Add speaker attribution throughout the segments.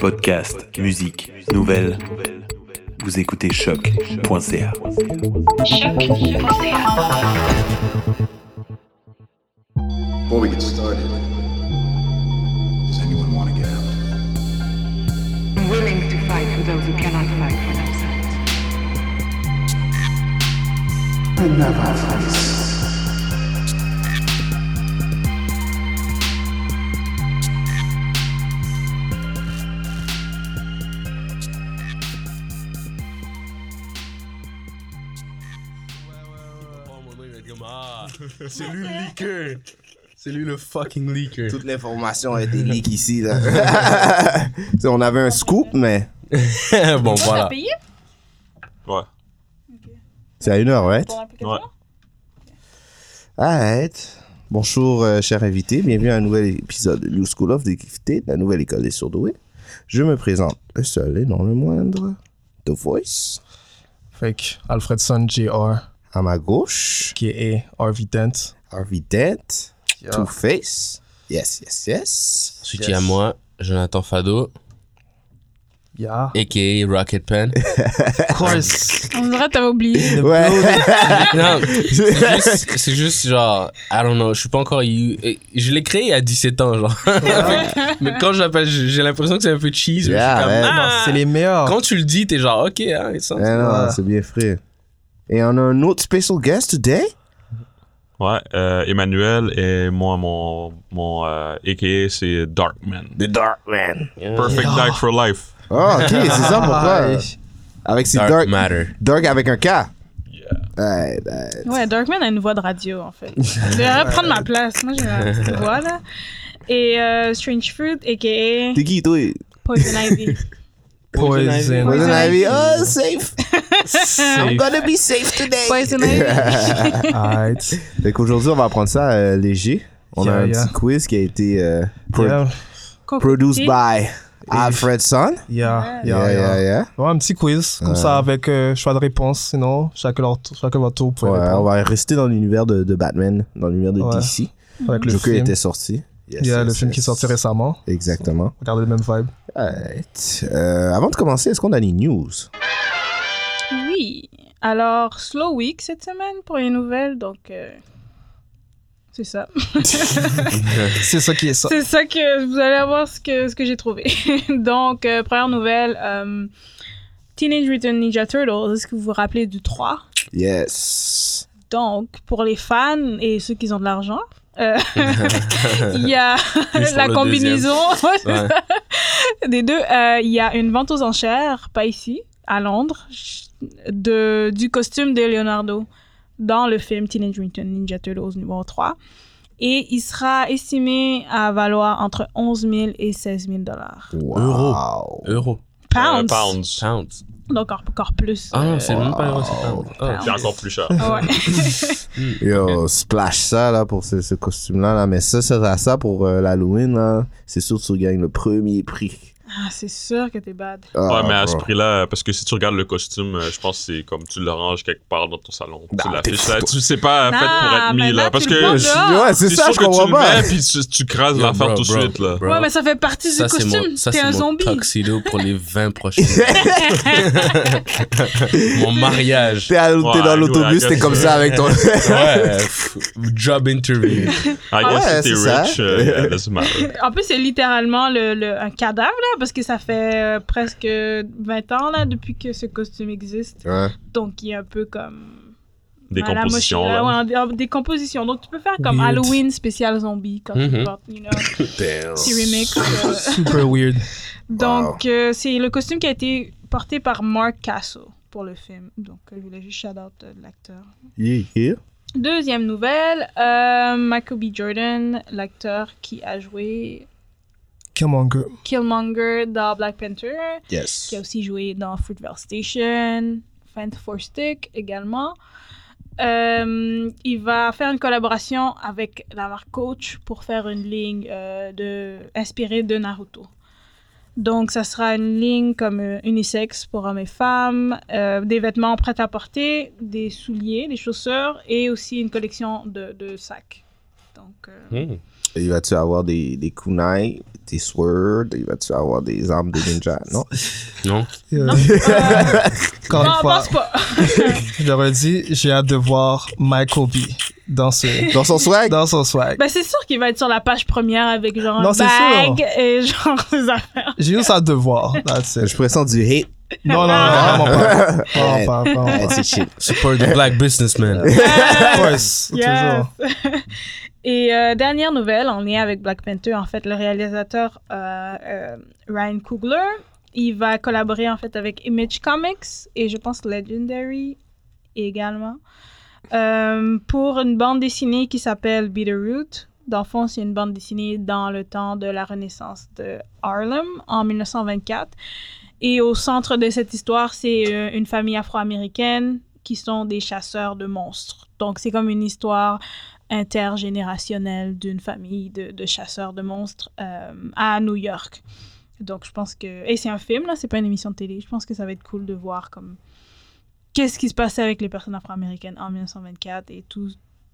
Speaker 1: Podcast, musique, nouvelles. Vous écoutez choc.ca.
Speaker 2: Before we get started, does anyone want to get out?
Speaker 3: willing to fight for those who cannot fight for themselves.
Speaker 4: Oh, mon il va être comme Ah C'est lui le leaker C'est lui le fucking leaker
Speaker 5: Toute l'information a été leak ici. Là. Tu sais, on avait un scoop, mais
Speaker 4: Bon,
Speaker 6: Moi,
Speaker 4: voilà.
Speaker 6: t'as payé
Speaker 7: Ouais.
Speaker 5: c'est à une heure, right?
Speaker 6: pour l'application?
Speaker 7: Ouais.
Speaker 5: Arrête. Bonjour, euh, chers invités. Bienvenue à un nouvel épisode de New School of Décrypté, la nouvelle école des surdoués. Je me présente, le seul et non le moindre, The Voice.
Speaker 4: Fait que Alfredson Jr.
Speaker 5: À ma gauche,
Speaker 4: qui est Harvey Dent.
Speaker 5: Harvey Dent, Two-Face. Yes, yes, yes.
Speaker 8: Ensuite, il y a moi, Jonathan Fado,
Speaker 4: Yeah.
Speaker 8: a.k.a. Rocket Pen.
Speaker 4: Of course.
Speaker 6: On dirait que t'avais oublié.
Speaker 5: Ouais.
Speaker 8: non, c'est juste, c'est juste genre, I don't know, je suis pas encore... eu- euh, Je l'ai créé à 17 ans, genre. Mais quand je l'appelle, j'ai j'ai l'impression que c'est un peu cheese. mais je suis
Speaker 5: Yeah,
Speaker 8: comme,
Speaker 5: ouais.
Speaker 8: ah!
Speaker 4: C'est les meilleurs.
Speaker 8: Quand tu le dis, t'es genre, OK, hein, it's something.
Speaker 5: Ah non, c'est bien frais. Et on a un autre special guest today.
Speaker 7: Ouais, euh, Emmanuel et moi, mon, mon euh, AKA, c'est Darkman.
Speaker 5: The Dark Man.
Speaker 7: Perfect Dark for Life.
Speaker 5: Oh, ok, c'est ça pourquoi. Avec ses
Speaker 8: Dark,
Speaker 5: Dark,
Speaker 8: Matter.
Speaker 5: Dark avec un K.
Speaker 7: Yeah.
Speaker 5: Ouais, ben,
Speaker 6: Ouais, Darkman a une voix de radio, en fait. Je devrais prendre ma place. Moi, j'ai ma petite voix, là. Et euh, Strange Fruit, a.k.a.
Speaker 5: T'es qui, toi?
Speaker 6: Poison Ivy.
Speaker 4: Poison.
Speaker 5: Poison
Speaker 6: Poison
Speaker 5: Ivy.
Speaker 6: Ivy.
Speaker 5: Oh, safe. I'm
Speaker 4: Safe.
Speaker 5: gonna be safe today.
Speaker 6: Poison Ivy.
Speaker 4: Alright.
Speaker 5: Fait qu'aujourd'hui, on va prendre ça euh, léger. On a
Speaker 4: Yeah,
Speaker 5: un
Speaker 4: yeah.
Speaker 5: petit quiz qui a été euh, pro-
Speaker 4: Yeah.
Speaker 5: produced by
Speaker 6: Concocté.
Speaker 5: Alfredson.
Speaker 4: Yeah. Yeah,
Speaker 5: Yeah, yeah, yeah.
Speaker 4: Ouais, un petit quiz, comme ça, avec euh, choix de réponse, sinon, chacun, leur tour- chacun votre tour pour
Speaker 5: Ouais, on
Speaker 4: répondre.
Speaker 5: va rester dans l'univers de, de Batman, dans l'univers de
Speaker 4: Ouais.
Speaker 5: DC.
Speaker 4: Avec
Speaker 5: Le
Speaker 4: le
Speaker 5: Joker
Speaker 4: film.
Speaker 5: était sorti. Yes,
Speaker 4: Yeah,
Speaker 5: yes,
Speaker 4: le film qui est
Speaker 5: yes.
Speaker 4: sorti récemment.
Speaker 5: Exactement.
Speaker 4: Regardez le même vibe.
Speaker 5: Alright. Euh, avant de commencer, est-ce qu'on a les news?
Speaker 6: Oui. Alors, slow week cette semaine pour les nouvelles, donc... euh, C'est ça.
Speaker 4: C'est ça qui est ça.
Speaker 6: C'est ça que vous allez avoir ce que, ce que j'ai trouvé. Donc, euh, première nouvelle, euh, Teenage Mutant Ninja Turtles, est-ce que vous vous rappelez du 3
Speaker 5: Yes.
Speaker 6: Donc, pour les fans et ceux qui ont de l'argent, euh, il y a
Speaker 8: Plus pour
Speaker 6: la
Speaker 8: le
Speaker 6: combinaison
Speaker 8: Ouais.
Speaker 6: des deux. Euh, Il y a une vente aux enchères, pas ici, à Londres, ch- de, du costume de Leonardo dans le film Teenage Mutant Ninja Turtles numéro 3. Et il sera estimé à valoir entre 11 000 et 16 000 dollars.
Speaker 5: Wow.
Speaker 8: Euro.
Speaker 6: Pounds.
Speaker 7: Euh, pounds.
Speaker 8: Euh, Pounds.
Speaker 6: Donc encore plus.
Speaker 8: Ah
Speaker 6: Euh,
Speaker 8: non, c'est même pas euro, c'est pound. Ah.
Speaker 7: C'est encore plus cher.
Speaker 6: ouais.
Speaker 5: Yo, splash ça là pour ce, ce costume-là, là. mais ça, ça, ça, ça pour euh, l'Halloween, là. c'est sûr que tu gagnes le premier prix.
Speaker 6: Ah, c'est sûr que t'es bad.
Speaker 5: Ah,
Speaker 7: Ouais, mais à
Speaker 5: bro.
Speaker 7: ce prix-là, parce que si tu regardes le costume, euh, je pense que c'est comme tu le ranges quelque part dans ton salon.
Speaker 5: Bah,
Speaker 7: tu l'affiches
Speaker 5: t'es
Speaker 7: là,
Speaker 5: fou,
Speaker 7: tu sais pas fait
Speaker 6: Ah,
Speaker 7: pour être
Speaker 6: mais
Speaker 7: mis
Speaker 6: là,
Speaker 7: là. Parce
Speaker 6: tu le
Speaker 7: que
Speaker 6: manges. dehors.
Speaker 5: Ouais, c'est
Speaker 7: c'est
Speaker 5: ça,
Speaker 7: sûr
Speaker 5: je
Speaker 7: que tu
Speaker 5: comprends
Speaker 7: le
Speaker 5: pas.
Speaker 7: mets puis tu, tu crases
Speaker 8: Yo,
Speaker 7: l'affaire
Speaker 8: bro,
Speaker 7: tout de
Speaker 8: bro,
Speaker 7: suite là.
Speaker 8: bro.
Speaker 6: Ouais, mais ça fait partie
Speaker 8: Ça,
Speaker 6: du
Speaker 8: c'est
Speaker 6: costume.
Speaker 8: mon, ça,
Speaker 6: T'es
Speaker 8: c'est
Speaker 6: un
Speaker 8: mon
Speaker 6: zombie.
Speaker 8: tuxedo pour les 20 prochaines Mon mariage.
Speaker 5: T'es à- t'es
Speaker 7: Ouais,
Speaker 5: dans
Speaker 7: nous,
Speaker 5: l'autobus,
Speaker 7: I
Speaker 5: t'es
Speaker 7: guess,
Speaker 5: comme ça avec ton.
Speaker 8: Ouais, pff, job interview.
Speaker 7: I guess
Speaker 5: Ah ouais,
Speaker 7: if t'es
Speaker 5: c'est ça.
Speaker 7: rich, euh, yeah, it doesn't matter.
Speaker 6: En plus, c'est littéralement le, le- un cadavre, là, parce que ça fait euh, presque 20 ans, là, depuis que ce costume existe.
Speaker 5: Ouais.
Speaker 6: Donc, il est un peu comme...
Speaker 7: Des
Speaker 6: à la
Speaker 7: compositions
Speaker 6: moche- ouais,
Speaker 7: là.
Speaker 6: en- en- des compositions. Donc, tu peux faire comme
Speaker 4: Weird.
Speaker 6: Halloween spécial zombie, quand tu
Speaker 7: Mm-hmm.
Speaker 8: Mhm.
Speaker 6: portes, you know, petit remix. euh.
Speaker 4: Super weird.
Speaker 6: Donc, euh, c'est le costume qui a été porté par Mark Castle pour le film. Donc, euh, je voulais juste shout-out euh, l'acteur.
Speaker 5: Yeah, yeah.
Speaker 6: Deuxième nouvelle, euh, Michael B. Jordan, l'acteur qui a joué
Speaker 4: Come on, girl.
Speaker 6: Killmonger dans Black Panther,
Speaker 5: Yes.
Speaker 6: qui a aussi joué dans Fruitvale Station, Fantastic Four Stick également. Euh, il va faire une collaboration avec la marque Coach pour faire une ligne euh, de, inspirée de Naruto. Donc, ça sera une ligne comme euh, unisexe pour hommes et femmes, euh, des vêtements prêts à porter, des souliers, des chaussures et aussi une collection de, de sacs. Donc, euh,
Speaker 8: Hmm.
Speaker 5: Il va-tu avoir des, des kunai, tes swords, il va-tu avoir des armes de ninja? Non.
Speaker 8: Non.
Speaker 4: Euh,
Speaker 9: Encore
Speaker 6: euh, Non,
Speaker 9: une fois,
Speaker 6: pense pas.
Speaker 9: je le redis, j'ai hâte de voir Michael B. dans ce,
Speaker 5: Dans son swag?
Speaker 9: dans son swag.
Speaker 6: Ben, c'est sûr qu'il va être sur la page première avec genre
Speaker 9: Non,
Speaker 6: un
Speaker 9: c'est
Speaker 6: bag et genre des affaires.
Speaker 9: J'ai juste hâte de voir. That's it.
Speaker 5: Je pressens du hate.
Speaker 9: Non, non, non,
Speaker 6: Ah.
Speaker 9: vraiment pas. Vraiment pas, vraiment
Speaker 5: Ouais,
Speaker 9: pas.
Speaker 5: c'est shit.
Speaker 8: Support the black businessman.
Speaker 9: Of course, toujours.
Speaker 6: Yes. Et euh, dernière nouvelle, on est avec Black Panther. En fait, le réalisateur euh, euh, Ryan Coogler, il va collaborer en fait avec Image Comics et je pense Legendary également euh, pour une bande dessinée qui s'appelle Bitterroot. Dans le fond, c'est une bande dessinée dans le temps de la Renaissance de Harlem en 1924. Et au centre de cette histoire, c'est euh, une famille afro-américaine qui sont des chasseurs de monstres. Donc, c'est comme une histoire intergénérationnelle d'une famille de, de chasseurs de monstres euh, à New York. Donc, je pense que... Et c'est un film, là, c'est pas une émission de télé. Je pense que ça va être cool de voir comme... Qu'est-ce qui se passait avec les personnes afro-américaines en 1924 et tout,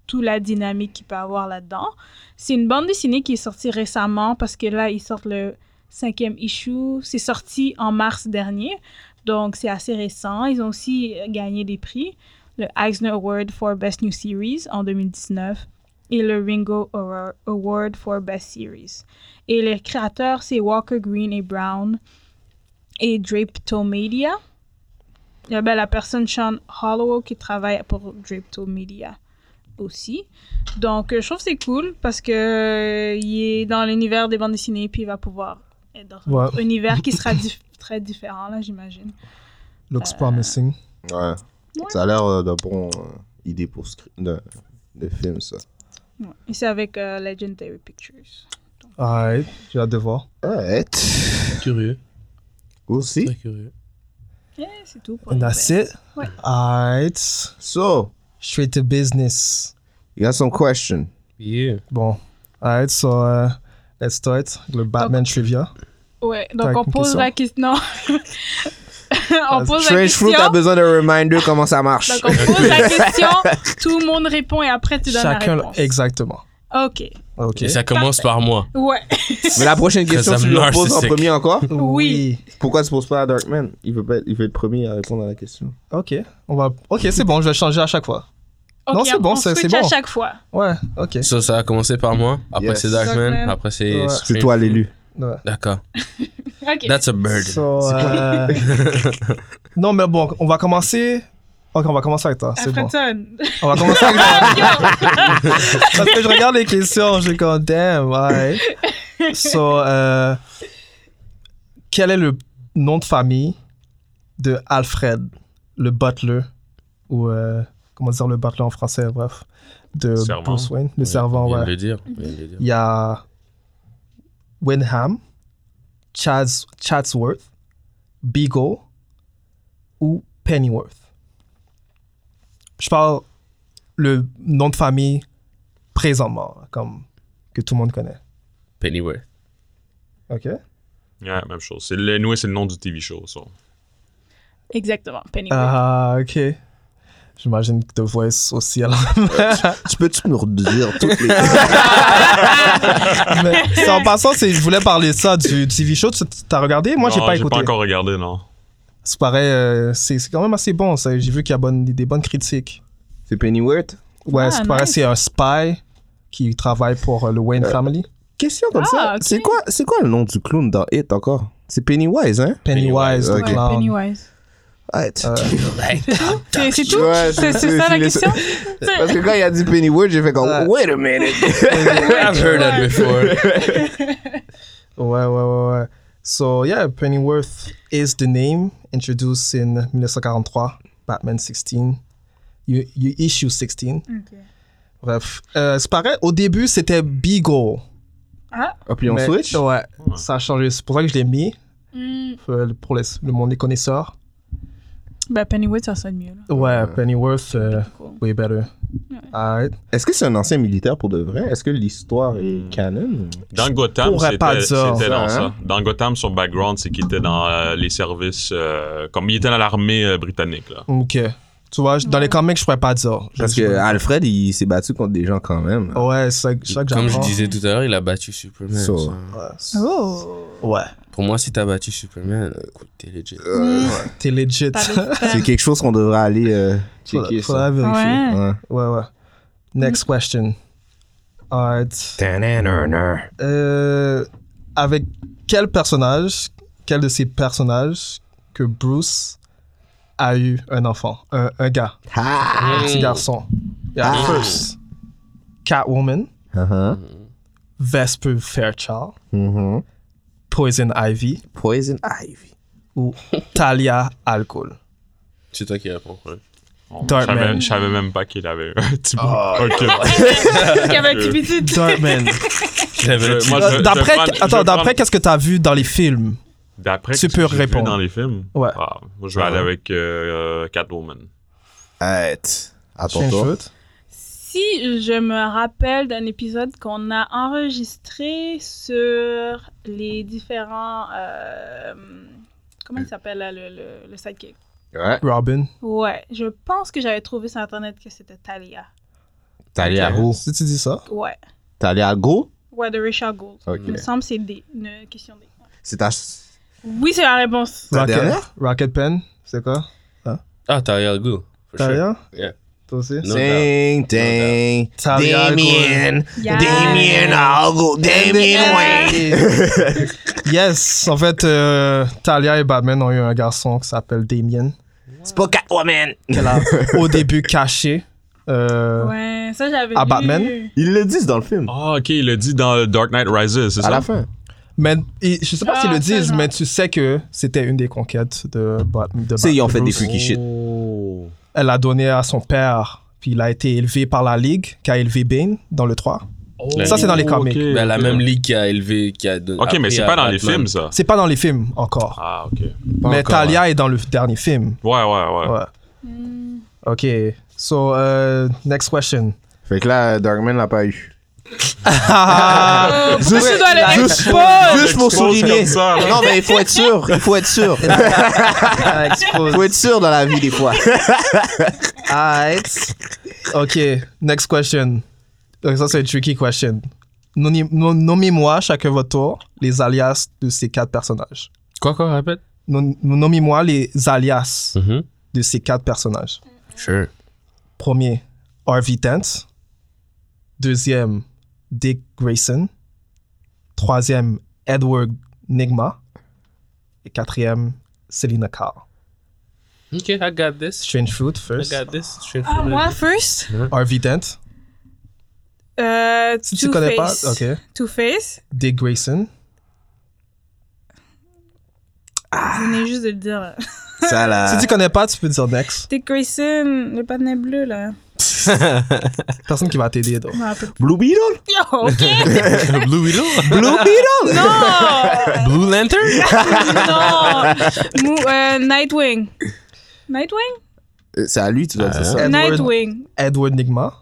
Speaker 6: tout la dynamique qu'il peut avoir là-dedans. C'est une bande dessinée qui est sortie récemment parce que là, ils sortent le cinquième issue. C'est sorti en mars dernier, donc c'est assez récent. Ils ont aussi euh, gagné des prix. Le Eisner Award for Best New Series en 2019 et le Ringo Aurora Award for Best Series. Et les créateurs, c'est Walker Green et Brown et Drapetomedia. Il y a ben, la personne Sean Holloway qui travaille pour Drapetomedia aussi. Donc, euh, je trouve que c'est cool parce que euh, il est dans l'univers des bandes dessinées puis il va pouvoir être dans un
Speaker 9: Ouais.
Speaker 6: autre univers qui sera dif- très différent, là, j'imagine.
Speaker 9: Looks promising.
Speaker 5: Ouais. Ça a l'air euh, de bon euh, idée pour script de, de film, ça.
Speaker 6: Ouais. Et c'est avec euh, Legendary Pictures.
Speaker 9: Alright, j'ai hâte de voir.
Speaker 5: Ouais.
Speaker 8: Curieux.
Speaker 5: Aussi.
Speaker 8: Très curieux.
Speaker 6: Yeah, c'est tout. Pour
Speaker 9: And
Speaker 6: les
Speaker 9: that's
Speaker 6: nouvelles.
Speaker 9: it. Alright.
Speaker 5: So,
Speaker 9: Straight to business.
Speaker 5: you got some question.
Speaker 8: Yeah.
Speaker 9: Bon. Alright, so, uh, let's start. Le Batman trivia.
Speaker 6: Ouais, donc
Speaker 9: T'as
Speaker 6: on
Speaker 9: une
Speaker 6: pose
Speaker 9: question?
Speaker 6: la question. on pose la
Speaker 5: Strange
Speaker 6: question.
Speaker 5: Fruit a besoin de reminder comment ça marche.
Speaker 6: Donc on pose la question, tout le monde répond et après tu donnes
Speaker 9: Chacun,
Speaker 6: la réponse.
Speaker 9: exactement.
Speaker 6: Ok.
Speaker 9: Ok.
Speaker 8: Et ça commence par moi.
Speaker 6: Ouais.
Speaker 5: Mais la prochaine
Speaker 8: Très
Speaker 5: question, tu le poses en
Speaker 8: narcissique.
Speaker 5: premier encore.
Speaker 6: Oui.
Speaker 5: Pourquoi tu poses pas à Darkman il veut, pas être, il veut être premier à répondre à la question.
Speaker 9: Ok. On va. Ok, c'est bon. Je vais changer à chaque fois.
Speaker 6: Ok,
Speaker 9: Non, c'est bon,
Speaker 6: on
Speaker 9: c'est- c'est
Speaker 6: switch à
Speaker 9: bon.
Speaker 6: chaque fois.
Speaker 9: Ouais. Ok.
Speaker 8: Ça, ça a commencé par moi. Après,
Speaker 5: Yes.
Speaker 8: c'est Darkman.
Speaker 6: Darkman.
Speaker 8: Après, c'est.
Speaker 9: Ouais.
Speaker 8: Strange
Speaker 5: C'est toi l'élu.
Speaker 9: Ouais.
Speaker 8: D'accord.
Speaker 6: Ok.
Speaker 8: That's a bird.
Speaker 9: So, euh, non, mais bon, on va commencer. Ok, on va commencer avec toi. C'est bon.
Speaker 6: Afrenton.
Speaker 9: On va commencer avec
Speaker 6: Ah,
Speaker 9: Parce que je regarde les questions, je suis comme damn, ouais. So, euh, quel est le nom de famille de Alfred, le butler, ou euh, comment dire le butler en français, bref, de
Speaker 7: Servant.
Speaker 9: Bruce Wayne, le
Speaker 8: On
Speaker 9: servant,
Speaker 8: vient de
Speaker 9: ouais.
Speaker 8: le dire. on vient de le dire.
Speaker 9: Il y a Wyndham, Chaz- Chatsworth, Beagle ou Pennyworth. Je parle le nom de famille présentement, là, comme que tout le monde connaît.
Speaker 8: Pennyworth.
Speaker 9: OK?
Speaker 7: Ouais, même chose. C'est le, nous, c'est le nom du TV show, ça.
Speaker 6: Exactement, Pennyworth.
Speaker 9: Ah, OK. J'imagine que The Voice aussi. Alors.
Speaker 5: Tu peux-tu nous redire toutes les
Speaker 9: Mais c'est en passant, c'est, je voulais parler ça du TV show. Tu as regardé? Moi, j'ai
Speaker 7: Non,
Speaker 9: pas écouté.
Speaker 7: J'ai pas encore regardé, non.
Speaker 9: C'est pareil, euh, c'est, c'est quand même assez bon. ça. J'ai vu qu'il y a bonne- des bonnes critiques.
Speaker 5: C'est Pennyworth
Speaker 9: Ouais,
Speaker 6: Ah,
Speaker 9: c'est pareil,
Speaker 6: nice.
Speaker 9: c'est un spy qui travaille pour euh, le Wayne Family.
Speaker 5: Question comme
Speaker 6: Ah,
Speaker 5: ça.
Speaker 6: ok.
Speaker 5: C'est quoi, c'est quoi le nom du clown dans Hit encore C'est Pennywise, hein
Speaker 9: Pennywise,
Speaker 5: Pennywise,
Speaker 9: le
Speaker 5: ok.
Speaker 6: Ouais,
Speaker 9: clown.
Speaker 6: Pennywise.
Speaker 5: Ouais, tu-
Speaker 9: Euh,
Speaker 6: C'est c'est tout?
Speaker 5: Ouais,
Speaker 6: c'est c'est ça la question? C'est-
Speaker 5: Parce que quand il a dit Pennyworth, j'ai fait comme
Speaker 9: Ouais.
Speaker 5: Wait a minute. Ah,
Speaker 8: I've heard that before.
Speaker 9: Ouais, ouais, ouais, ouais. So, yeah, Pennyworth is the name introduced in 1943, Batman 16, you, you issue 16.
Speaker 6: Ok.
Speaker 9: Bref, euh, c'est pareil, au début, c'était Beagle.
Speaker 5: Ah, puis on
Speaker 9: Mais-
Speaker 5: switch
Speaker 9: Ouais, ça a changé. C'est pour ça que je l'ai mis,
Speaker 6: Hmm,
Speaker 9: euh, pour les, le monde des connaisseurs.
Speaker 6: Ben, Pennyworth, ça sonne mieux. Là.
Speaker 9: Ouais, Pennyworth, euh,
Speaker 6: Cool.
Speaker 9: way better. Alright.
Speaker 5: Est-ce que c'est un ancien militaire pour de vrai Est-ce que l'histoire est canon
Speaker 7: Dans Gotham,
Speaker 9: pourrais pas
Speaker 7: c'était
Speaker 9: dire
Speaker 7: c'était
Speaker 5: ça,
Speaker 7: dans
Speaker 5: hein.
Speaker 7: ça. Dans Gotham, son background, c'est qu'il était dans euh, les services... euh, comme il était dans l'armée euh, britannique, là.
Speaker 9: Ok. Tu vois, je- dans les comics, je pourrais pas dire. Je-
Speaker 5: Parce que Alfred, il s'est battu contre des gens quand même.
Speaker 9: Ouais, c'est ça que c'est ça que
Speaker 8: Comme je
Speaker 9: j'apprends.
Speaker 8: disais tout à l'heure, il a battu Superman.
Speaker 5: So.
Speaker 8: ça.
Speaker 6: Oh.
Speaker 9: Ouais.
Speaker 8: Pour moi, si t'as battu Superman, écoute, t'es legit.
Speaker 9: T'es legit.
Speaker 6: T'as des frères.
Speaker 5: C'est quelque chose qu'on devrait aller euh, checker.
Speaker 9: Faudra, faudra
Speaker 5: ça.
Speaker 9: vérifier.
Speaker 6: Ouais.
Speaker 5: Ouais.
Speaker 9: Ouais, ouais. Next question. Alright. Euh, avec quel personnage, quel de ces personnages que Bruce a eu un enfant, un, un gars,
Speaker 5: Ah.
Speaker 9: un petit garçon. Il y a
Speaker 8: Ah.
Speaker 9: first Catwoman,
Speaker 5: Uh-huh.
Speaker 9: Vesper Fairchild,
Speaker 5: Mhm.
Speaker 9: Poison Ivy
Speaker 5: Poison Ivy.
Speaker 9: ou Talia Al Ghul.
Speaker 8: C'est toi qui réponds. ouais.
Speaker 7: On- Je
Speaker 9: Darkman.
Speaker 7: savais- je savais même pas qu'il avait un petit bout.
Speaker 9: Ah,
Speaker 7: Ok.
Speaker 6: Il y avait un petit bisou.
Speaker 9: Darkman.
Speaker 8: Il avait le
Speaker 7: Je-
Speaker 8: petit-
Speaker 7: moi,
Speaker 9: Euh, D'après,
Speaker 7: prendre- je vais
Speaker 9: attends,
Speaker 7: prendre-
Speaker 9: d'après qu'est-ce que t'as vu dans les films
Speaker 7: D'après
Speaker 9: Tu
Speaker 7: ce que
Speaker 9: peux
Speaker 7: j'ai vu
Speaker 9: répondre.
Speaker 7: dans les films.
Speaker 9: Ouais.
Speaker 7: Ah, moi, je vais aller avec euh, euh, Catwoman.
Speaker 5: Arrête. À ton
Speaker 9: Chien
Speaker 5: tour.
Speaker 9: chouette.
Speaker 6: Si je me rappelle d'un épisode qu'on a enregistré sur les différents. euh, comment il s'appelle là, le, le, le sidekick
Speaker 5: Ouais.
Speaker 9: Robin.
Speaker 6: Ouais, je pense que j'avais trouvé sur internet que c'était Talia.
Speaker 5: T'as allé à où
Speaker 9: Si tu dis ça.
Speaker 6: Ouais.
Speaker 5: T'as allé à Go
Speaker 6: Ouais, de Richard Gould.
Speaker 5: Ok.
Speaker 6: Il me semble que c'est D, une question D.
Speaker 5: C'est ta.
Speaker 6: Oui, c'est la réponse.
Speaker 5: La
Speaker 9: Rocket,
Speaker 5: dernière?
Speaker 9: Rocket Pen, c'est quoi
Speaker 8: Ah, Talia al Ghul. for sure.
Speaker 9: Talia
Speaker 8: Yeah.
Speaker 9: Toi aussi
Speaker 8: No
Speaker 5: Ding, ding.
Speaker 9: Talia Al Ghul.
Speaker 5: Damien.
Speaker 6: Yeah.
Speaker 5: Damien Algo. Damien Wayne.
Speaker 9: Yes, en fait, euh, Talia et Batman ont eu un garçon qui s'appelle Damien,
Speaker 5: C'est pas Catwoman.
Speaker 9: qu'elle a au début caché. Euh,
Speaker 6: Ouais, ça j'avais
Speaker 9: À
Speaker 6: lu.
Speaker 9: Batman?
Speaker 5: Ils le disent dans le film.
Speaker 7: Ah, ok, il l'a dit dans Dark Knight Rises, c'est
Speaker 5: à
Speaker 7: ça?
Speaker 5: la fin.
Speaker 9: Mais et je sais pas
Speaker 6: Ah,
Speaker 9: s'ils le
Speaker 6: ça,
Speaker 9: disent,
Speaker 6: genre.
Speaker 9: mais tu sais que c'était une des conquêtes de, Bat- de
Speaker 5: sais, ils ont fait des
Speaker 9: Bruce.
Speaker 5: freaky shit.
Speaker 7: Oh.
Speaker 9: Elle a donné à son père, puis il a été élevé par la Ligue, qui a élevé Bane dans le 3.
Speaker 8: La
Speaker 9: Ça,
Speaker 8: ligue.
Speaker 9: c'est dans les comics.
Speaker 7: Oh, Ok,
Speaker 8: Ben, la
Speaker 7: ok.
Speaker 8: même ligue qui a élevé, qui a donné.
Speaker 7: Ok, mais
Speaker 8: appris
Speaker 7: c'est
Speaker 8: à
Speaker 7: pas dans les
Speaker 8: Batman.
Speaker 7: films, ça.
Speaker 9: C'est pas dans les films encore.
Speaker 7: Ah, ok. Ouais,
Speaker 8: Pas
Speaker 9: mais
Speaker 8: encore,
Speaker 9: Talia est dans le dernier film.
Speaker 7: ouais, ouais.
Speaker 9: Ouais. Ok. So, euh, next question.
Speaker 5: Fait que là, Darkman l'a pas eu. Ah,
Speaker 9: Ah.
Speaker 6: Euh, pourquoi tu dois le
Speaker 5: Juste, juste pour
Speaker 7: Expose
Speaker 5: souligner.
Speaker 7: comme ça,
Speaker 5: Non,
Speaker 7: là.
Speaker 5: mais Ah, ben, il faut être sûr. Il faut être sûr. Il
Speaker 9: Ah, expose.
Speaker 5: faut être sûr dans la vie, des fois.
Speaker 9: Alright. OK, next question. Donc ça, c'est une tricky question. Nommez- nom- Nommez-moi, chacun votre tour, les alias de ces quatre personnages.
Speaker 8: Quoi, quoi, répète?
Speaker 9: Nom- Nommez-moi les alias
Speaker 8: Mhm.
Speaker 9: de ces quatre personnages.
Speaker 8: Sure.
Speaker 9: Premier, RV Dent. Deuxième, Dick Grayson. Troisième, Edward Nigma. Et quatrième, Selina Carr.
Speaker 8: Ok, I got this.
Speaker 9: Strange Fruit,
Speaker 8: I
Speaker 9: first.
Speaker 8: got this. Straight
Speaker 6: Ah,
Speaker 8: from the-
Speaker 6: moi, first.
Speaker 9: RV Dent.
Speaker 6: Euh,
Speaker 9: Si tu
Speaker 6: Two-Face.
Speaker 9: connais pas, OK.
Speaker 6: Two-Face.
Speaker 9: Dick Grayson.
Speaker 6: Vous venez juste de le dire. là.
Speaker 5: Ça, là.
Speaker 9: Si tu connais pas, tu peux dire next.
Speaker 6: Dick Grayson, le panneau bleu, là.
Speaker 9: Personne qui va t'aider, donc.
Speaker 6: Je me rappelle
Speaker 5: Blue Beetle?
Speaker 6: plus. Yo, OK.
Speaker 8: Blue Widow?
Speaker 5: Blue Beetle?
Speaker 6: Non!
Speaker 8: Blue Lantern?
Speaker 6: non! Mou- euh, Nightwing. Nightwing?
Speaker 5: Euh, C'est à lui, tu dois dire ça.
Speaker 9: Edward.
Speaker 6: Nightwing.
Speaker 9: Edward Nigma.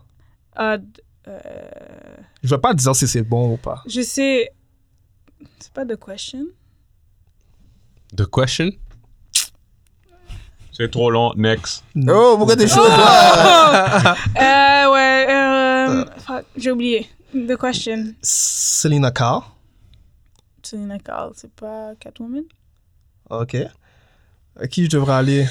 Speaker 6: Euh, d- euh,
Speaker 9: Je vais pas te dire si c'est bon ou pas.
Speaker 6: je sais. C'est pas The Question.
Speaker 8: The Question?
Speaker 7: C'est trop long. Next.
Speaker 5: Oh, pourquoi t'es chaud, toi?
Speaker 6: Euh, ouais. Euh, fuck, j'ai oublié. The Question.
Speaker 9: Selena Carr.
Speaker 6: Selena Kyle, c'est pas Catwoman?
Speaker 9: Ok. À qui je devrais aller Ok.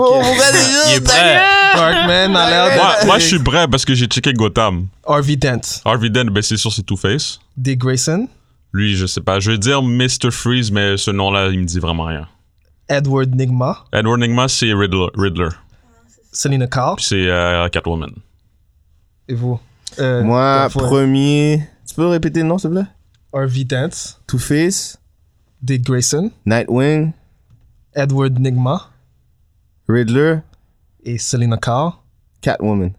Speaker 5: Oh, pourquoi t'es
Speaker 8: Il est
Speaker 5: chaud?
Speaker 8: prêt.
Speaker 9: Darkman a l'air
Speaker 7: Moi,
Speaker 9: de-
Speaker 7: moi, je suis prêt parce que j'ai checké Gotham.
Speaker 9: Harvey Dent.
Speaker 7: Harvey Dent, ben, c'est sûr, c'est Two-Face.
Speaker 9: Dick Grayson.
Speaker 7: Lui, je sais pas. Je vais dire Mr. Freeze, mais ce nom-là, il me dit vraiment rien.
Speaker 9: Edward Nigma.
Speaker 7: Edward Nigma, c'est Riddler. Riddler.
Speaker 9: Selena Carr.
Speaker 7: Puis c'est euh, Catwoman.
Speaker 9: Et vous Euh,
Speaker 5: Moi,
Speaker 9: Darkman.
Speaker 5: premier. Tu peux répéter le nom, s'il te plaît?
Speaker 9: Harvey Dent.
Speaker 5: Two-Face,
Speaker 9: Dick Grayson.
Speaker 5: Nightwing,
Speaker 9: Edward Nigma.
Speaker 5: Riddler,
Speaker 9: Et Selena Carr.
Speaker 5: Catwoman.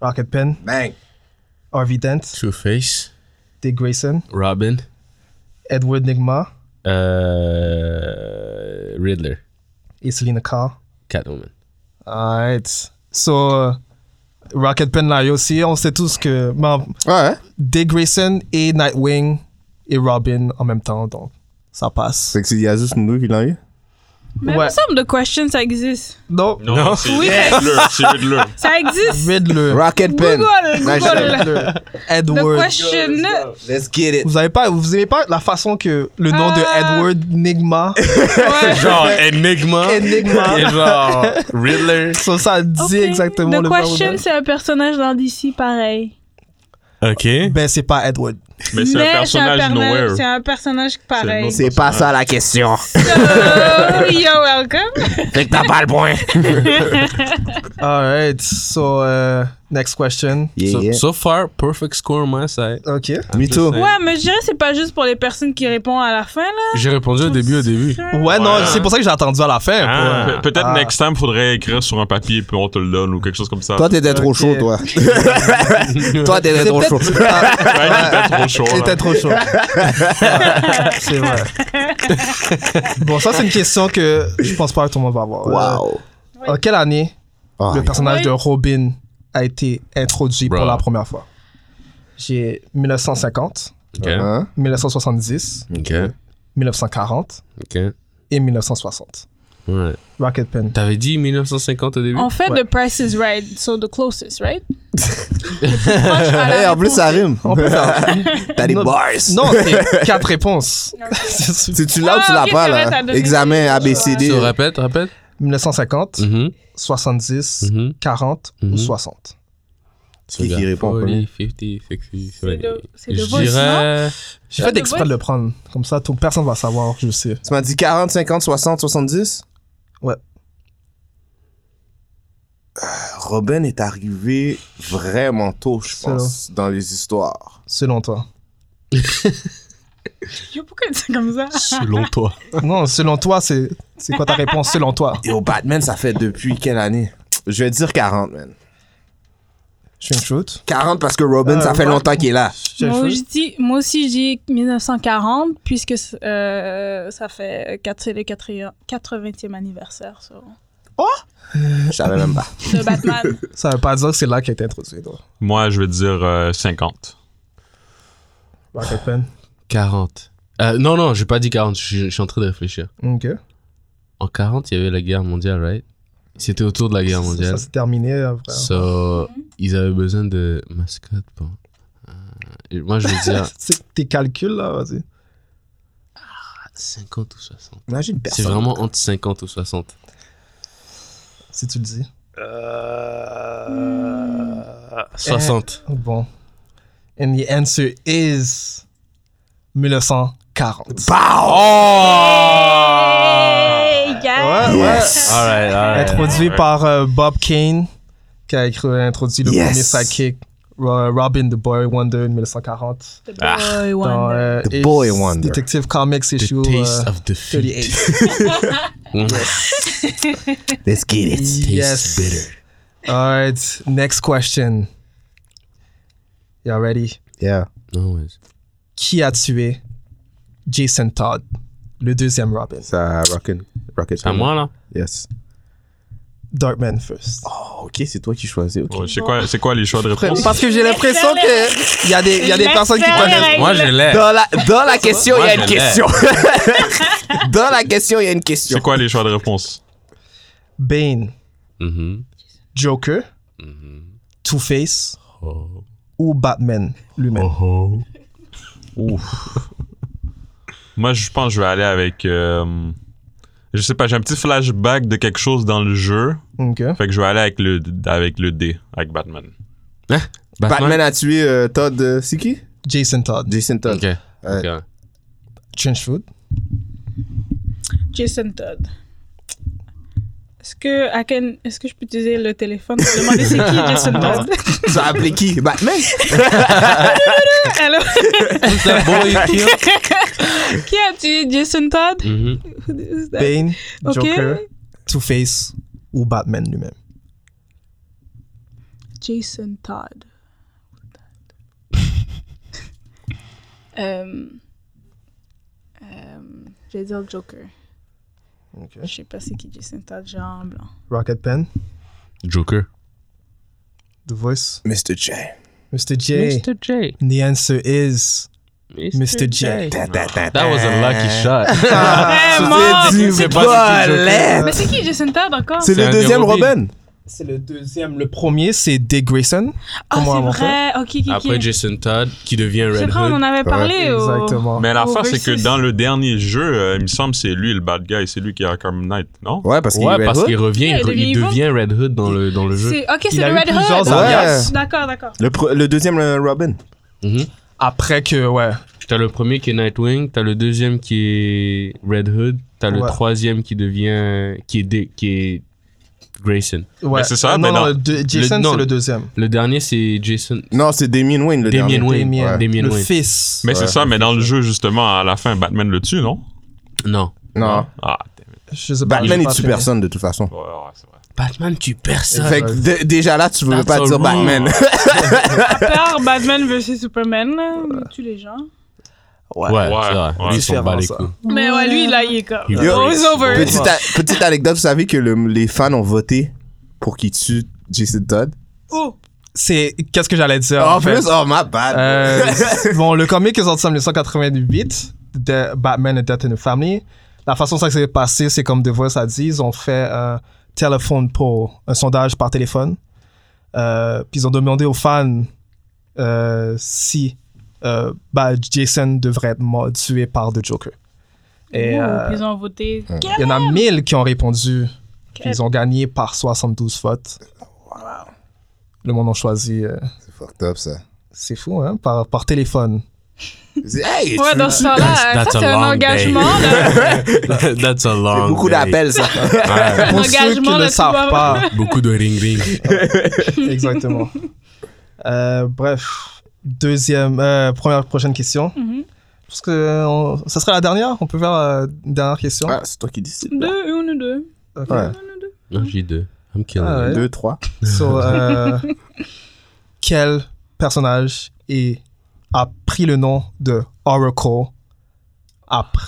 Speaker 9: Rocket Pen.
Speaker 5: Bang.
Speaker 9: Harvey Dent.
Speaker 8: Two-Face.
Speaker 9: Dick Grayson.
Speaker 8: Robin.
Speaker 9: Edward Nigma.
Speaker 8: Euh, Riddler.
Speaker 9: Et Selena Carr.
Speaker 8: Catwoman.
Speaker 9: Alright. So, euh, Rocket Pen là, aussi, on sait tous que ben,
Speaker 5: Ah, Ouais.
Speaker 9: Dick Grayson et Nightwing et Robin en même temps, donc ça passe.
Speaker 5: C'est que c'est Yasus Moudou qui l'a eu?
Speaker 6: Mais il
Speaker 9: Ouais.
Speaker 6: me semble The Question, ça existe.
Speaker 9: Non.
Speaker 7: Non, c'est
Speaker 6: Oui.
Speaker 7: Riddler, c'est Riddler.
Speaker 6: Ça existe.
Speaker 9: Riddler.
Speaker 5: Rocket Pen.
Speaker 6: Google,
Speaker 5: Ouais,
Speaker 6: Google.
Speaker 9: Riddler.
Speaker 6: The
Speaker 9: Edward.
Speaker 6: Question.
Speaker 5: Let's get it.
Speaker 9: Vous avez pas, vous aimez pas la façon que le nom de
Speaker 6: Ah.
Speaker 9: Edward Nigma,
Speaker 6: Ouais.
Speaker 8: Genre, Enigma.
Speaker 9: Enigma,
Speaker 8: Et genre, Riddler.
Speaker 9: ça, ça dit
Speaker 6: Ok.
Speaker 9: exactement
Speaker 6: The
Speaker 9: le
Speaker 6: Question,
Speaker 9: verbe.
Speaker 6: c'est un personnage dans DC pareil.
Speaker 8: Ok.
Speaker 9: Ben c'est pas Edward.
Speaker 7: Mais c'est un
Speaker 6: Mais
Speaker 7: personnage
Speaker 6: perna-
Speaker 7: nowhere.
Speaker 6: C'est un personnage pareil.
Speaker 7: C'est
Speaker 5: C'est pas ça la question.
Speaker 6: So, you're welcome.
Speaker 5: Fait que t'as pas le point.
Speaker 9: Alright, so uh, next question.
Speaker 5: Yeah,
Speaker 8: So,
Speaker 5: yeah.
Speaker 8: so far, perfect score on my side.
Speaker 9: Ok.
Speaker 5: Me too.
Speaker 6: Ouais, mais je dirais que c'est pas juste pour les personnes qui répondent à la fin, là.
Speaker 8: J'ai répondu au début, au début.
Speaker 9: Ouais, non, c'est pour ça que j'ai attendu à la fin.
Speaker 7: Ah,
Speaker 9: pour-
Speaker 7: pe- Peut-être
Speaker 9: Ah.
Speaker 7: next time, faudrait écrire sur un papier puis on te le donne ou quelque chose comme ça.
Speaker 5: Toi, t'étais trop
Speaker 9: Ok.
Speaker 5: chaud, toi. toi, t'étais trop chaud.
Speaker 7: Ouais, c'était trop chaud.
Speaker 9: euh,
Speaker 7: là.
Speaker 9: C'était trop chaud. Ouais, c'est vrai. Bon, ça, c'est une question que je pense pas que tout le monde va avoir.
Speaker 5: Wow.
Speaker 9: Euh, en quelle année
Speaker 5: Ah,
Speaker 9: le personnage de Robin a été introduit
Speaker 8: Bruh.
Speaker 9: pour la première fois J'ai 1950,
Speaker 8: Ok.
Speaker 5: hein?
Speaker 9: 1970,
Speaker 8: Ok.
Speaker 9: 1940
Speaker 8: Ok.
Speaker 9: et 1960.
Speaker 8: Ouais.
Speaker 9: Rocket Pen.
Speaker 8: T'avais dit 1950 au début?
Speaker 5: Oh,
Speaker 6: On fait
Speaker 9: Ouais.
Speaker 6: The Price is Right, so the closest, right? Le plus proche à la
Speaker 5: Eh, en plus, ça
Speaker 6: réponse.
Speaker 5: rime. T'as des
Speaker 9: Non.
Speaker 5: bars.
Speaker 9: Non, c'est quatre réponses. C'est sûr.
Speaker 5: C'est tu l'as ou tu
Speaker 6: Ah,
Speaker 5: l'as
Speaker 6: ok,
Speaker 5: pas,
Speaker 6: c'est vrai, t'as
Speaker 5: là?
Speaker 6: donné-
Speaker 5: Examen
Speaker 8: Tu
Speaker 5: ABCD.
Speaker 8: répètes, répètes?
Speaker 9: 1950,
Speaker 5: Mm-hmm,
Speaker 8: Mhm.
Speaker 9: 70,
Speaker 8: Mhm.
Speaker 9: 40
Speaker 8: Mhm.
Speaker 9: ou 60.
Speaker 5: Qui- qui répond en
Speaker 8: 40, 50, 60.
Speaker 6: C'est de- c'est de
Speaker 8: Je
Speaker 6: voice,
Speaker 8: dirais.
Speaker 9: J'ai fait exprès de le prendre. Comme ça, tout, personne va savoir, je sais.
Speaker 5: Tu m'as dit 40, 50, 60, 70?
Speaker 9: Ouais.
Speaker 5: Euh, Robin est arrivé vraiment tôt, je
Speaker 9: C'est
Speaker 5: pense, dans les histoires.
Speaker 9: Selon toi.
Speaker 6: Yo, pourquoi tu dis comme ça?
Speaker 8: Selon toi.
Speaker 9: Non, selon toi, c'est c'est quoi ta réponse selon toi
Speaker 5: Et au Batman, ça fait depuis quelle année? Je vais dire 40, man.
Speaker 9: Je me shoot.
Speaker 5: 40 parce que Robin,
Speaker 9: Euh,
Speaker 5: ça fait
Speaker 9: ouais.
Speaker 5: longtemps qu'il est là.
Speaker 9: Je me
Speaker 6: Moi,
Speaker 9: shoot.
Speaker 6: je dis, moi aussi, je dis 1940, puisque euh, ça fait quatre- c'est le 80 80e anniversaire so.
Speaker 5: Je savais même pas.
Speaker 6: de Batman.
Speaker 9: Ça veut pas dire que c'est là qu'il a été introduit. toi.
Speaker 7: Moi, je vais dire euh, 50.
Speaker 9: Rocket Pen.
Speaker 8: 40. Euh, non, non, j'ai pas dit 40, je suis- je suis en train de réfléchir.
Speaker 9: Ok.
Speaker 8: En 40, il y avait la guerre mondiale, right? C'était autour de la guerre
Speaker 9: Ça,
Speaker 8: mondiale.
Speaker 9: ça s'est terminé hein, après.
Speaker 8: So, ils avaient besoin de mascotte pour. Euh, et moi, je veux dire
Speaker 9: C'est tes calculs là, vas-y.
Speaker 8: 50 ou 60.
Speaker 5: Imagine
Speaker 8: C'est
Speaker 5: personne.
Speaker 8: vraiment entre 50 ou 60.
Speaker 9: Si tu le dis.
Speaker 8: 60.
Speaker 9: Euh, Bon. And the answer is 1940.
Speaker 6: hey, guys!
Speaker 9: Ouais, ouais.
Speaker 8: Alright, alright.
Speaker 9: Introduit par euh, Bob Kane, qui a écrit- introduit le
Speaker 5: Yes.
Speaker 9: premier sidekick, Ro- euh, Robin the Boy Wonder de 1940.
Speaker 6: The
Speaker 8: Ah.
Speaker 6: boy wonder.
Speaker 9: Dans, euh,
Speaker 5: The
Speaker 9: Ace-
Speaker 5: Boy Wonder.
Speaker 9: Detective Comics
Speaker 5: Eh,
Speaker 8: The
Speaker 9: issue
Speaker 8: taste
Speaker 9: euh,
Speaker 8: of defeat.
Speaker 9: 38.
Speaker 5: Let's get it.
Speaker 9: yes. Alright, next question. Y'all ready?
Speaker 5: Yeah.
Speaker 8: Non, ouais.
Speaker 9: Qui a tué Jason Todd, le deuxième Robin?
Speaker 5: Ça rockin. Rocket.
Speaker 8: C'est à moi, là?
Speaker 5: Yes.
Speaker 9: Darkman first.
Speaker 5: Oh, ok, c'est toi qui choisis. ok.
Speaker 7: Ouais, c'est quoi, c'est quoi les choix de réponse?
Speaker 9: Parce que j'ai l'impression que il y a des, il y a des
Speaker 6: Laisse
Speaker 9: personnes qui
Speaker 6: faire
Speaker 9: connaissent.
Speaker 6: les
Speaker 8: Moi,
Speaker 6: règles.
Speaker 8: je l'ai.
Speaker 5: Dans la, dans la question, il y
Speaker 8: Moi,
Speaker 5: a
Speaker 8: je
Speaker 5: une
Speaker 8: l'ai.
Speaker 5: question. dans la question, il y a une question.
Speaker 7: C'est quoi les choix de réponse?
Speaker 9: Bane,
Speaker 8: Mhm.
Speaker 9: Joker,
Speaker 8: Mhm.
Speaker 5: Mm-hmm.
Speaker 9: Two-Face
Speaker 8: Oh.
Speaker 9: ou Batman lui-même.
Speaker 8: Oh.
Speaker 7: Moi, je pense que je vais aller avec. euh, je sais pas, j'ai un petit flashback de quelque chose dans le jeu.
Speaker 9: Ok.
Speaker 7: Fait que je vais aller avec le, avec le D, avec Batman.
Speaker 8: Hein?
Speaker 5: Batman, a tué euh, Todd. euh, c'est qui
Speaker 9: Jason Todd,
Speaker 5: Jason Todd.
Speaker 8: Ok.
Speaker 5: Ouais.
Speaker 8: Ok.
Speaker 9: Trenchfoot.
Speaker 6: Jason Todd. Est-ce que, à quel- est-ce que je peux utiliser le téléphone pour demander c'est qui Jason Todd?
Speaker 5: Tu as appelé qui Batman
Speaker 6: Allô?
Speaker 8: The boy killed.
Speaker 6: Qui a tué Jason Todd?
Speaker 8: Mhm.
Speaker 6: Who- who's that?
Speaker 9: Bane,
Speaker 6: Ok.
Speaker 9: Joker, Two-Face ou Batman lui-même.
Speaker 6: Jason Todd. euh, euh, je vais dire Joker.
Speaker 9: Ok.
Speaker 6: Je sais pas c'est qui Jason Todd, genre blanc.
Speaker 9: Rocket Pen,
Speaker 8: Joker.
Speaker 9: The Voice,
Speaker 5: Mr. J.
Speaker 9: Mr. J.
Speaker 8: J.
Speaker 9: The answer is Mr. J.
Speaker 8: That was a lucky
Speaker 5: Eh.
Speaker 8: shot.
Speaker 9: Ah,
Speaker 6: Vraiment!
Speaker 5: Du
Speaker 8: C'est pas du tout
Speaker 5: balai.
Speaker 6: Mais c'est qui Jason Todd encore?
Speaker 5: C'est
Speaker 8: C'est
Speaker 5: le
Speaker 8: un
Speaker 5: deuxième
Speaker 8: des
Speaker 5: Robin.
Speaker 9: C'est le deuxième. Le premier, c'est Dick Grayson.
Speaker 6: Ah,
Speaker 9: Comment
Speaker 6: c'est
Speaker 9: avant
Speaker 6: vrai! Ok, ok, ok.
Speaker 8: Après Jason Todd, qui devient
Speaker 6: C'est
Speaker 8: Red
Speaker 6: vrai, on en
Speaker 8: Hood.
Speaker 6: avait parlé. au-
Speaker 9: Exactement.
Speaker 7: Mais l'affaire, c'est que
Speaker 6: versus.
Speaker 7: dans le dernier jeu, euh, il me semble c'est lui le bad guy, c'est lui qui est Arkham Knight, non?
Speaker 5: Ouais, parce qu'il
Speaker 8: Ouais,
Speaker 5: est
Speaker 8: parce
Speaker 5: Red
Speaker 8: qu'il
Speaker 5: Hood.
Speaker 8: revient,
Speaker 6: Ouais,
Speaker 8: il,
Speaker 6: il
Speaker 8: il
Speaker 6: devient
Speaker 8: devient Red Hood dans le, dans le jeu.
Speaker 6: C'est- Ok, c'est
Speaker 9: Il a
Speaker 6: le
Speaker 9: eu
Speaker 6: Red
Speaker 9: plusieurs
Speaker 6: Hood.
Speaker 5: alias.
Speaker 6: Ouais. D'accord, d'accord.
Speaker 5: le, pre- le deuxième euh, Robin.
Speaker 8: Mhm.
Speaker 9: Après que, ouais.
Speaker 8: T'as le premier qui est Nightwing, t'as le deuxième qui est Red Hood, t'as le
Speaker 9: Ouais.
Speaker 8: troisième qui devient. qui est, Dick- qui est Grayson.
Speaker 9: ouais.
Speaker 7: Mais c'est ça,
Speaker 9: Ah, Non,
Speaker 7: mais
Speaker 9: non,
Speaker 7: non.
Speaker 9: le deux- Jason,
Speaker 8: non.
Speaker 9: c'est le deuxième.
Speaker 8: Le dernier, c'est Jason.
Speaker 5: Non, c'est Damien Wayne, le
Speaker 8: Damien
Speaker 5: dernier.
Speaker 8: Wayne.
Speaker 9: Damien.
Speaker 8: Damien
Speaker 9: Le
Speaker 8: Wayne.
Speaker 9: fils.
Speaker 7: Mais
Speaker 5: Ouais.
Speaker 7: c'est ça, mais dans le jeu, justement, à la fin, Batman le tue, non?
Speaker 8: Non.
Speaker 5: Non.
Speaker 7: Ah, damn it.
Speaker 9: Je sais pas,
Speaker 5: Batman,
Speaker 9: j'ai
Speaker 5: Bah, il tue
Speaker 9: pas
Speaker 8: hein.
Speaker 9: fini.
Speaker 5: personne de toute façon.
Speaker 7: Ouais, ouais, c'est vrai.
Speaker 8: Batman tue personne.
Speaker 5: Fait que dé- déjà là, tu veux
Speaker 8: That's
Speaker 5: pas
Speaker 8: a
Speaker 5: dire
Speaker 8: rule.
Speaker 5: Batman.
Speaker 6: À part Batman vs Superman, là, tous les gens.
Speaker 9: Ouais.
Speaker 8: Ouais,
Speaker 7: Ouais,
Speaker 8: c'est vrai.
Speaker 7: ouais.
Speaker 8: Lui, il s'en bat les
Speaker 9: Différent,
Speaker 8: couilles.
Speaker 6: Mais ouais, lui, là, il est comme.
Speaker 8: Yo,
Speaker 6: Oh, it's over.
Speaker 5: Petite, a- petite anecdote, vous savez que le- les fans ont voté pour qu'il tue Jason Todd.
Speaker 6: Oh,
Speaker 9: C'est. Qu'est-ce que j'allais dire?
Speaker 5: En,
Speaker 9: en fait?
Speaker 5: plus, oh my bad.
Speaker 9: Euh, bon, le comic est sorti en 1988, de Batman and Death in the Family. La façon dont ça s'est passé, c'est comme The Voice a dit, ils ont fait un téléphone pour un sondage par téléphone. Euh, puis ils ont demandé aux fans euh, si euh, bah, Jason devrait être mort, tué par The Joker. Et
Speaker 6: Ouh,
Speaker 9: euh,
Speaker 6: puis ils ont voté.
Speaker 9: il y en a 1000 qui ont répondu. Puis ils ont gagné par 72 votes. Le monde a choisi. euh,
Speaker 5: C'est fucked up ça.
Speaker 9: c'est fou, hein? Par, par téléphone.
Speaker 5: C'est- Hey,
Speaker 6: Ouais,
Speaker 5: tu-
Speaker 6: dans ce temps-là,
Speaker 8: That's-
Speaker 6: ça,
Speaker 8: that's
Speaker 6: c'est
Speaker 8: a
Speaker 6: un
Speaker 8: long day.
Speaker 6: engagement. là.
Speaker 8: That's a long.
Speaker 5: c'est beaucoup
Speaker 8: day.
Speaker 5: d'appels ça.
Speaker 6: Un
Speaker 9: Pour ceux qui
Speaker 6: engagement,
Speaker 9: ne
Speaker 6: là,
Speaker 9: le
Speaker 6: tu
Speaker 9: savent
Speaker 6: vois.
Speaker 9: pas.
Speaker 8: Beaucoup de ring-ring.
Speaker 9: Exactement. Euh, bref, deuxième, euh, première prochaine question.
Speaker 6: Mhm.
Speaker 9: Parce que euh, on- ça serait la dernière. On peut faire euh, une dernière question.
Speaker 5: Ah, c'est toi qui décides. là.
Speaker 6: Deux, une ou deux.
Speaker 9: Ok.
Speaker 5: Ouais.
Speaker 6: Une ou deux.
Speaker 8: Non, j'ai deux. I'm killing
Speaker 9: Ah ouais.
Speaker 8: it.
Speaker 5: Deux, trois.
Speaker 9: So, euh, quel personnage est, a pris le nom de Oracle après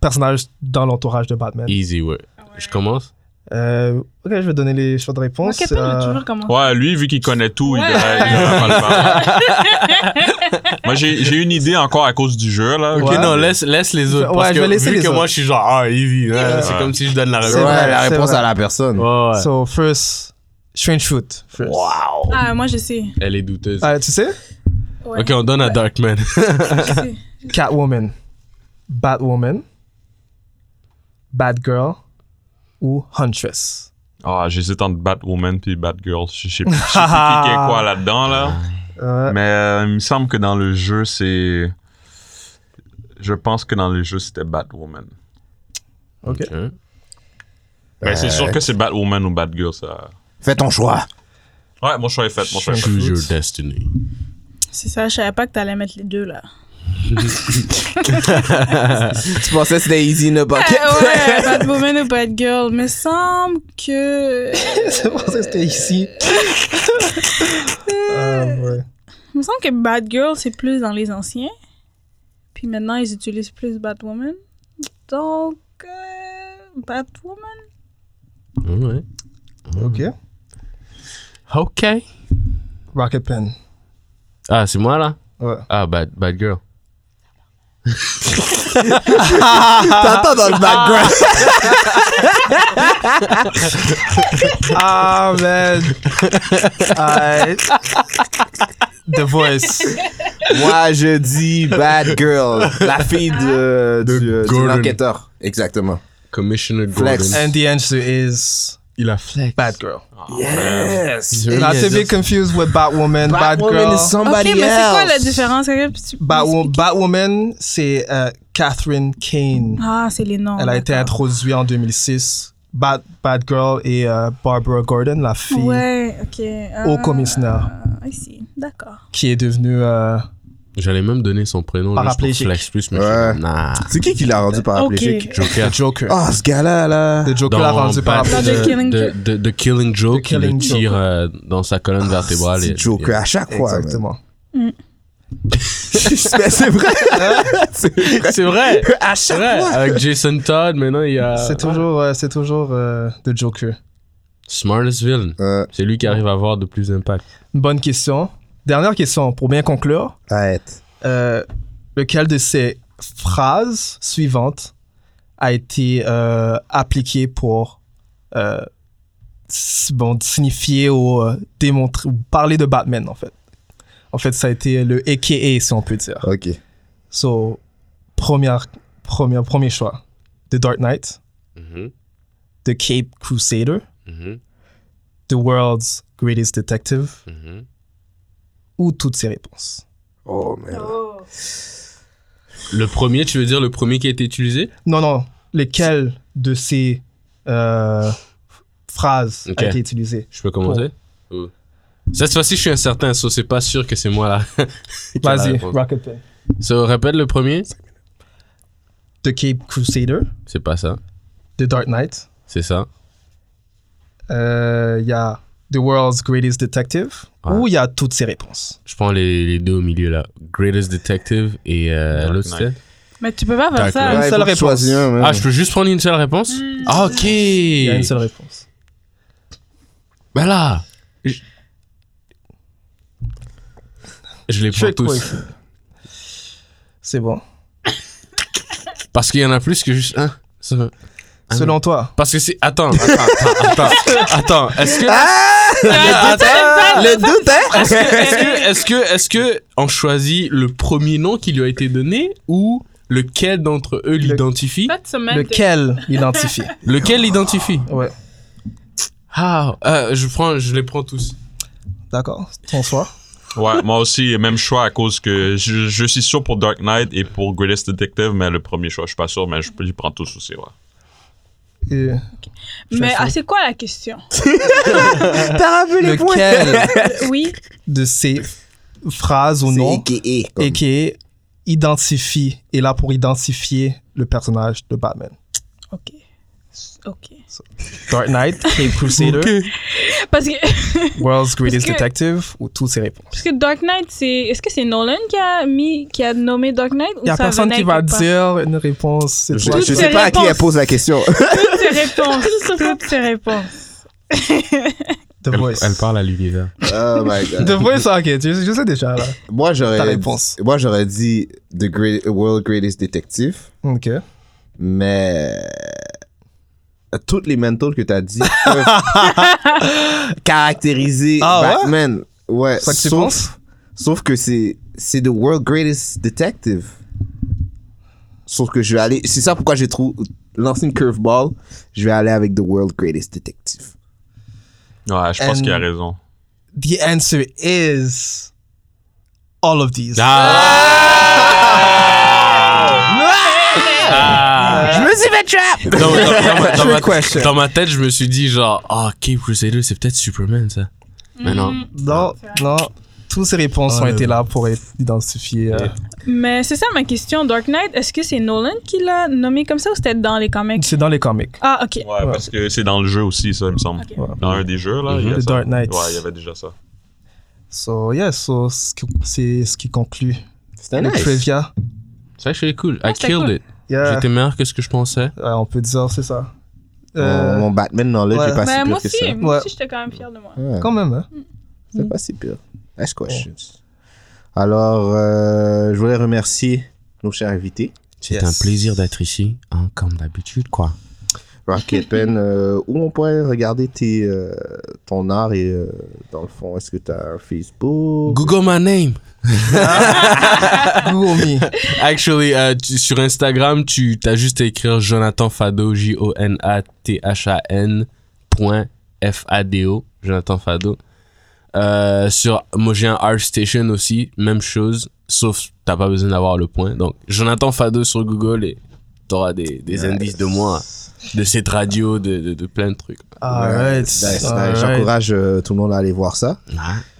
Speaker 9: personnage dans l'entourage de Batman
Speaker 8: Easy work. Je commence.
Speaker 9: Euh, Ok, je vais donner les choix de réponse.
Speaker 6: Marquette, on
Speaker 9: Euh,
Speaker 6: a toujours commencé.
Speaker 7: Ouais, lui, vu qu'il connaît tout, il
Speaker 6: Ouais.
Speaker 7: devrait, il devrait pas le faire. Moi, j'ai j'ai une idée encore à cause du jeu, là.
Speaker 8: Ok,
Speaker 9: Ouais.
Speaker 8: non, laisse, laisse les autres.
Speaker 9: Ouais,
Speaker 8: parce
Speaker 9: je
Speaker 8: que
Speaker 9: vais laisser
Speaker 8: vu
Speaker 9: les
Speaker 8: que
Speaker 9: autres.
Speaker 8: moi, je suis genre, ah, easy. là, C'est
Speaker 7: Ouais.
Speaker 8: comme si je donne la
Speaker 9: C'est
Speaker 5: Ouais,
Speaker 8: réponse.
Speaker 9: vrai,
Speaker 5: la
Speaker 9: c'est
Speaker 5: réponse
Speaker 9: vrai.
Speaker 5: à la personne.
Speaker 8: Ouais, ouais.
Speaker 9: So, first, Strange Fruit. first.
Speaker 5: Wow.
Speaker 6: Ah, moi, je sais.
Speaker 8: Elle est douteuse.
Speaker 9: Ah, tu sais
Speaker 6: Ouais,
Speaker 8: Ok, on donne à Darkman.
Speaker 6: je sais.
Speaker 9: Catwoman, Batwoman, Batgirl ou Huntress.
Speaker 7: Ah, j'hésite entre Batwoman puis Batgirl. Je sais plus je sais plus qui est quoi là-dedans, là.
Speaker 9: Euh,
Speaker 7: Mais euh, il me semble que dans le jeu, c'est. Je pense que dans le jeu, c'était Batwoman.
Speaker 9: ok.
Speaker 7: Mais Ben, c'est sûr que c'est Batwoman ou Batgirl, ça.
Speaker 5: Fais ton choix.
Speaker 7: Ouais, mon choix est fait. Mon choix est fait.
Speaker 8: Choose your destiny.
Speaker 6: C'est ça, je savais pas que t'allais mettre les deux, là.
Speaker 5: Tu pensais que c'était easy in a bucket?
Speaker 6: Ah ouais, Batwoman ou Batgirl. Mais semble que.
Speaker 9: C'est pour ça que c'était ici. Ah, ouais.
Speaker 6: Il me semble que Batgirl, c'est plus dans les anciens. Puis maintenant, ils utilisent plus Batwoman. Donc, euh, Batwoman?
Speaker 8: Ouais.
Speaker 9: Ok.
Speaker 8: Hmm. Ok.
Speaker 9: Rocket Pen.
Speaker 8: Ah, c'est moi là?
Speaker 9: Ouais.
Speaker 8: Ah, bad, bad girl.
Speaker 5: T'entends dans le background.
Speaker 9: Ah, man. Alright. The Voice.
Speaker 5: Moi, je dis Bad Girl. La fille de, du, euh, du
Speaker 8: Gordon.
Speaker 5: enquêteur. Exactement.
Speaker 8: Commissioner
Speaker 5: Flex.
Speaker 8: Gordon.
Speaker 9: And the answer is
Speaker 8: Il a flex.
Speaker 9: Batgirl.
Speaker 5: Yes.
Speaker 9: Not to be confused with Batwoman.
Speaker 5: Batwoman
Speaker 9: Batgirl.
Speaker 5: is somebody
Speaker 6: ok, mais c'est quoi la
Speaker 5: else.
Speaker 6: différence? Quelqu'un peut- tu peux
Speaker 9: Batwo-
Speaker 6: m'expliquer?
Speaker 9: Batwoman, c'est euh, Catherine Kane.
Speaker 6: Ah, c'est les noms.
Speaker 9: Elle a été
Speaker 6: d'accord.
Speaker 9: introduite en 2006. Bad, Bad Girl et euh, Barbara Gordon, la fille
Speaker 6: Ouais, ok.
Speaker 9: au
Speaker 6: euh,
Speaker 9: commissionnaire,
Speaker 6: euh, Ici, d'accord.
Speaker 9: qui est devenue. euh,
Speaker 8: J'allais même donner son prénom juste pour
Speaker 9: Paraplégique.
Speaker 8: Flex Plus, mais
Speaker 5: Ouais.
Speaker 8: je suis- nah.
Speaker 5: C'est qui qui l'a rendu paraplégique?
Speaker 6: Ok.
Speaker 8: Joker.
Speaker 9: The Joker.
Speaker 5: Oh, ce gars-là, là.
Speaker 9: The Joker l'a rendu par
Speaker 8: Bad-
Speaker 6: The Killing
Speaker 8: de,
Speaker 6: Joke.
Speaker 8: de- de Killing Joke,
Speaker 9: The
Speaker 8: qui le
Speaker 9: Killing
Speaker 8: tire euh, dans sa colonne vertébrale.
Speaker 5: C'est
Speaker 8: et-
Speaker 5: Joker à chaque fois. man.
Speaker 9: Exactement.
Speaker 5: Mais c'est vrai. C'est vrai.
Speaker 8: C'est vrai!
Speaker 5: À
Speaker 8: C'est
Speaker 5: chaque
Speaker 8: vrai!
Speaker 5: fois.
Speaker 8: Avec Jason Todd, maintenant il y a.
Speaker 9: C'est toujours, euh, c'est toujours euh, The Joker.
Speaker 8: Smartest villain.
Speaker 5: Euh,
Speaker 8: C'est lui qui arrive à avoir de plus d'impact.
Speaker 9: Bonne question. Dernière question pour bien conclure.
Speaker 5: arrête.
Speaker 9: Euh, lequel de ces phrases suivantes a été euh, appliqué pour euh, s- bon, signifier ou euh, démontrer ou parler de Batman en fait. En fait, ça a été le AKA si on peut dire.
Speaker 5: Ok.
Speaker 9: So, première, première, premier choix, The Dark Knight, Mm-hmm,
Speaker 8: Mhm,
Speaker 9: The Cape Crusader, mm-hmm,
Speaker 8: mhm,
Speaker 9: The World's Greatest Detective
Speaker 8: mhm.
Speaker 9: ou toutes ces réponses.
Speaker 5: Oh, merde.
Speaker 6: Oh.
Speaker 8: Le premier, tu veux dire le premier qui a été utilisé
Speaker 9: Non, non, lesquelles de ces euh, phrases
Speaker 8: Ok.
Speaker 9: a été utilisée
Speaker 8: Je peux commencer Ou- Cette fois-ci, je suis incertain, so c'est pas sûr que c'est moi là. qui ai la
Speaker 9: Vas-y,
Speaker 8: réponse.
Speaker 9: Rocket Pen.
Speaker 8: So, répète le premier
Speaker 9: The Cape Crusader,
Speaker 8: C'est pas ça.
Speaker 9: The Dark Knight,
Speaker 8: C'est ça.
Speaker 9: euh, il y a The World's Greatest Detective
Speaker 8: Ouais.
Speaker 9: ou il y a toutes ces réponses.
Speaker 8: Je prends les, les deux au milieu là. Greatest Detective et euh,
Speaker 7: Dark
Speaker 8: l'autre
Speaker 7: Knight.
Speaker 8: c'était
Speaker 6: Mais tu peux pas faire
Speaker 8: Tac,
Speaker 6: ça.
Speaker 9: là.
Speaker 5: Ouais,
Speaker 9: seule
Speaker 5: faut que tu
Speaker 9: réponse.
Speaker 5: choisis un, man.
Speaker 8: Ah, je peux juste prendre une seule réponse
Speaker 5: Mm.
Speaker 8: Ah, ok
Speaker 9: Il y a une seule réponse.
Speaker 8: Ben là Je, je les prends
Speaker 9: Trick
Speaker 8: tous.
Speaker 9: question. C'est bon.
Speaker 8: Parce qu'il y en a plus que juste un. Ça- Ah non.
Speaker 9: Selon toi,
Speaker 8: Parce que c'est. Attends, attends, attends, attends. attends. Est-ce que.
Speaker 9: Ah!
Speaker 8: Attends.
Speaker 5: Le doute, hein?
Speaker 8: Est-ce que- est-ce que, est-ce que, est-ce que on choisit le premier nom qui lui a été donné ou lequel d'entre eux l'identifie
Speaker 6: Cette semaine,
Speaker 9: lequel identifie
Speaker 8: Lequel l'identifie
Speaker 9: Ouais,
Speaker 8: Ah, euh, je prends, je les prends tous.
Speaker 9: d'accord. Ton choix.
Speaker 7: Ouais, moi aussi, même choix à cause que je, je suis sûr pour Dark Knight et pour Greatest Detective, mais le premier choix, je suis pas sûr, mais je peux les prendre tous aussi, ouais.
Speaker 9: Et
Speaker 6: t'es- Mais
Speaker 9: Je
Speaker 6: ah, c'est quoi la question
Speaker 5: T'as rappelé les points.
Speaker 9: lequel
Speaker 6: Euh, Oui.
Speaker 9: de ces phrases ou noms
Speaker 5: C'est
Speaker 9: et
Speaker 5: AKA.
Speaker 9: qui est identifie est là pour identifier le personnage de Batman.
Speaker 6: Ok. Ok.
Speaker 9: Dark Knight, Cape Crusader,
Speaker 6: Parce que,
Speaker 9: World's Greatest
Speaker 6: que-
Speaker 9: Detective ou toutes ces réponses.
Speaker 6: parce que Dark Knight, c'est. Est-ce que c'est Nolan qui a mis, qui a nommé Dark Knight ou
Speaker 9: Il y a
Speaker 6: ça
Speaker 9: personne
Speaker 6: venait
Speaker 9: qui va
Speaker 6: quelque part?
Speaker 9: dire une réponse. C'est
Speaker 5: Je,
Speaker 9: toi.
Speaker 5: je
Speaker 6: Toutes
Speaker 5: sais
Speaker 6: ces
Speaker 5: pas à qui elle
Speaker 6: réponses.
Speaker 5: pose la question.
Speaker 6: Toutes ces réponses. Toutes ces réponses.
Speaker 9: The Voice.
Speaker 8: parle à l'univers.
Speaker 5: oh my god.
Speaker 9: The Voice, ok, je, je sais déjà là.
Speaker 5: Moi, j'aurais.
Speaker 9: Ta réponse.
Speaker 5: Moi, j'aurais dit The Great, World Greatest Detective,
Speaker 9: Ok.
Speaker 5: mais. euh, Toutes les mentals que t'as dit peuvent caractériser
Speaker 9: Ah ouais?
Speaker 5: Batman. Ouais.
Speaker 9: C'est ça que tu
Speaker 5: sauf-
Speaker 9: penses?
Speaker 5: Sauf que c'est c'est The World Greatest Detective. Sauf que je vais aller. C'est ça pourquoi j'ai trou- lancé une curveball. Je vais aller avec The World Greatest Detective.
Speaker 7: Ouais, je pense
Speaker 9: And-
Speaker 7: qu'il a raison.
Speaker 9: The answer is all of these.
Speaker 8: Ah!
Speaker 9: Ah!
Speaker 8: Ah!
Speaker 9: Euh,
Speaker 5: Je me suis fait trap!
Speaker 8: Dans, dans- dans ma- dans
Speaker 9: Trick
Speaker 8: ma-
Speaker 9: question.
Speaker 8: dans ma tête, je me suis dit genre, ah, Cape Crusader, c'est peut-être Superman ça. Mais
Speaker 6: Mm.
Speaker 8: non.
Speaker 9: Non, non. Toutes ces réponses
Speaker 8: Oh,
Speaker 9: ont
Speaker 8: le-
Speaker 9: été là pour être identifiées. euh,
Speaker 6: Mais c'est ça ma question. Dark Knight, est-ce que c'est Nolan qui l'a nommé comme ça ou c'était dans les comics
Speaker 9: C'est dans les comics.
Speaker 6: Ah, ok.
Speaker 7: Ouais, parce que c'est dans le jeu aussi, ça, il me semble.
Speaker 6: Ok.
Speaker 9: Ouais.
Speaker 7: Dans un des jeux, là. il y a
Speaker 9: The
Speaker 7: ça.
Speaker 9: Dark Knight.
Speaker 7: Ouais, il y avait déjà ça.
Speaker 9: So, yeah, so, ce qui- c'est ce qui conclut
Speaker 5: C'était
Speaker 9: le trivia.
Speaker 8: Ça, je suis cool. I
Speaker 6: c'était
Speaker 8: killed
Speaker 6: cool.
Speaker 8: it.
Speaker 9: Yeah.
Speaker 8: J'étais meilleur que ce que je pensais.
Speaker 9: Ouais, on peut dire, c'est ça.
Speaker 5: Mon,
Speaker 9: Euh,
Speaker 5: mon Batman knowledge
Speaker 9: ouais.
Speaker 5: est pas
Speaker 6: Mais
Speaker 5: si
Speaker 6: Ben, moi
Speaker 5: pire que
Speaker 6: aussi,
Speaker 5: ça. Euh,
Speaker 6: moi
Speaker 9: Ouais.
Speaker 6: aussi, j'étais quand même fière de moi.
Speaker 5: Ouais,
Speaker 9: Quand même, hein.
Speaker 5: C'est pas si pire. Ask questions. Alors, euh, je voulais remercier nos chers invités.
Speaker 8: C'est
Speaker 9: Yes.
Speaker 8: un plaisir d'être ici, hein, comme d'habitude, quoi.
Speaker 5: Rocket Pen, euh, où on pourrait regarder tes, euh, ton art et euh, dans le fond, est-ce que tu as un Facebook?
Speaker 8: Google my name.
Speaker 9: Google me.
Speaker 8: Actually, euh, tu- sur Instagram, tu as juste à écrire Jonathan Fado, J-O-N-A-T-H-A-N point F-A-D-O, Jonathan Fado. Euh, sur, moi j'ai un Art Station aussi, même chose, sauf t'as pas besoin d'avoir le point. Donc, Jonathan Fado sur Google et t'auras des, des indices de moi, de cette radio, de, de, de plein de trucs.
Speaker 9: Alright.
Speaker 5: Nice, nice.
Speaker 9: alright.
Speaker 5: J'encourage euh, tout le monde à aller voir ça.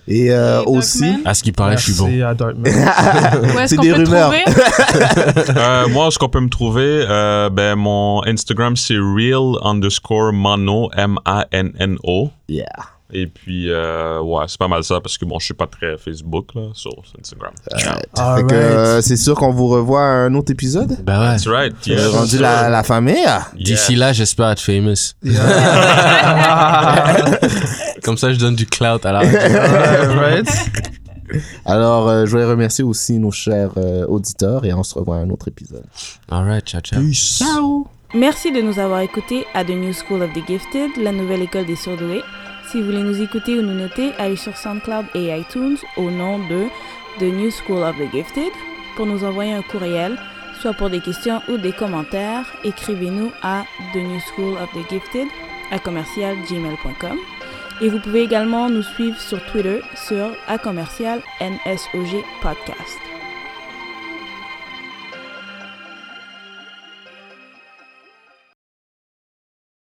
Speaker 5: Et euh,
Speaker 6: Et Dark
Speaker 5: aussi,
Speaker 6: Man?
Speaker 8: À ce qui paraît, je suis bon.
Speaker 9: Merci à Dartmouth.
Speaker 6: Où est-ce
Speaker 5: C'est
Speaker 6: qu'on
Speaker 5: des
Speaker 6: peut
Speaker 5: rumeurs.
Speaker 6: trouver
Speaker 7: Euh, moi, ce qu'on peut me trouver, euh, ben, mon Instagram, c'est real underscore mano, M-A-N-N-O.
Speaker 5: Yeah.
Speaker 7: Et puis, euh, ouais, c'est pas mal ça, parce que bon, je suis pas très Facebook, là, sur Instagram.
Speaker 5: Fait que, euh, c'est sûr qu'on vous revoit à un autre épisode.
Speaker 8: Bah ouais.
Speaker 7: That's right.
Speaker 5: Euh,
Speaker 7: yes,
Speaker 5: rendu
Speaker 7: sir.
Speaker 5: la, la famille.
Speaker 8: D'ici là, j'espère être famous. Comme ça, je donne du clout à la radio.
Speaker 9: Alright.
Speaker 5: Alors, euh, je voulais remercier aussi nos chers euh, auditeurs et on se revoit à un autre épisode.
Speaker 8: Alright, ciao, ciao.
Speaker 10: Merci de nous avoir écoutés à The New School of the Gifted, la nouvelle école des surdoués. Si vous voulez nous écouter ou nous noter, allez sur SoundCloud et iTunes au nom de The New School of the Gifted pour nous envoyer un courriel, soit pour des questions ou des commentaires. Écrivez-nous à The New School of the Gifted à commercialgmail.com. Et vous pouvez également nous suivre sur Twitter sur à commercial NSOG Podcast.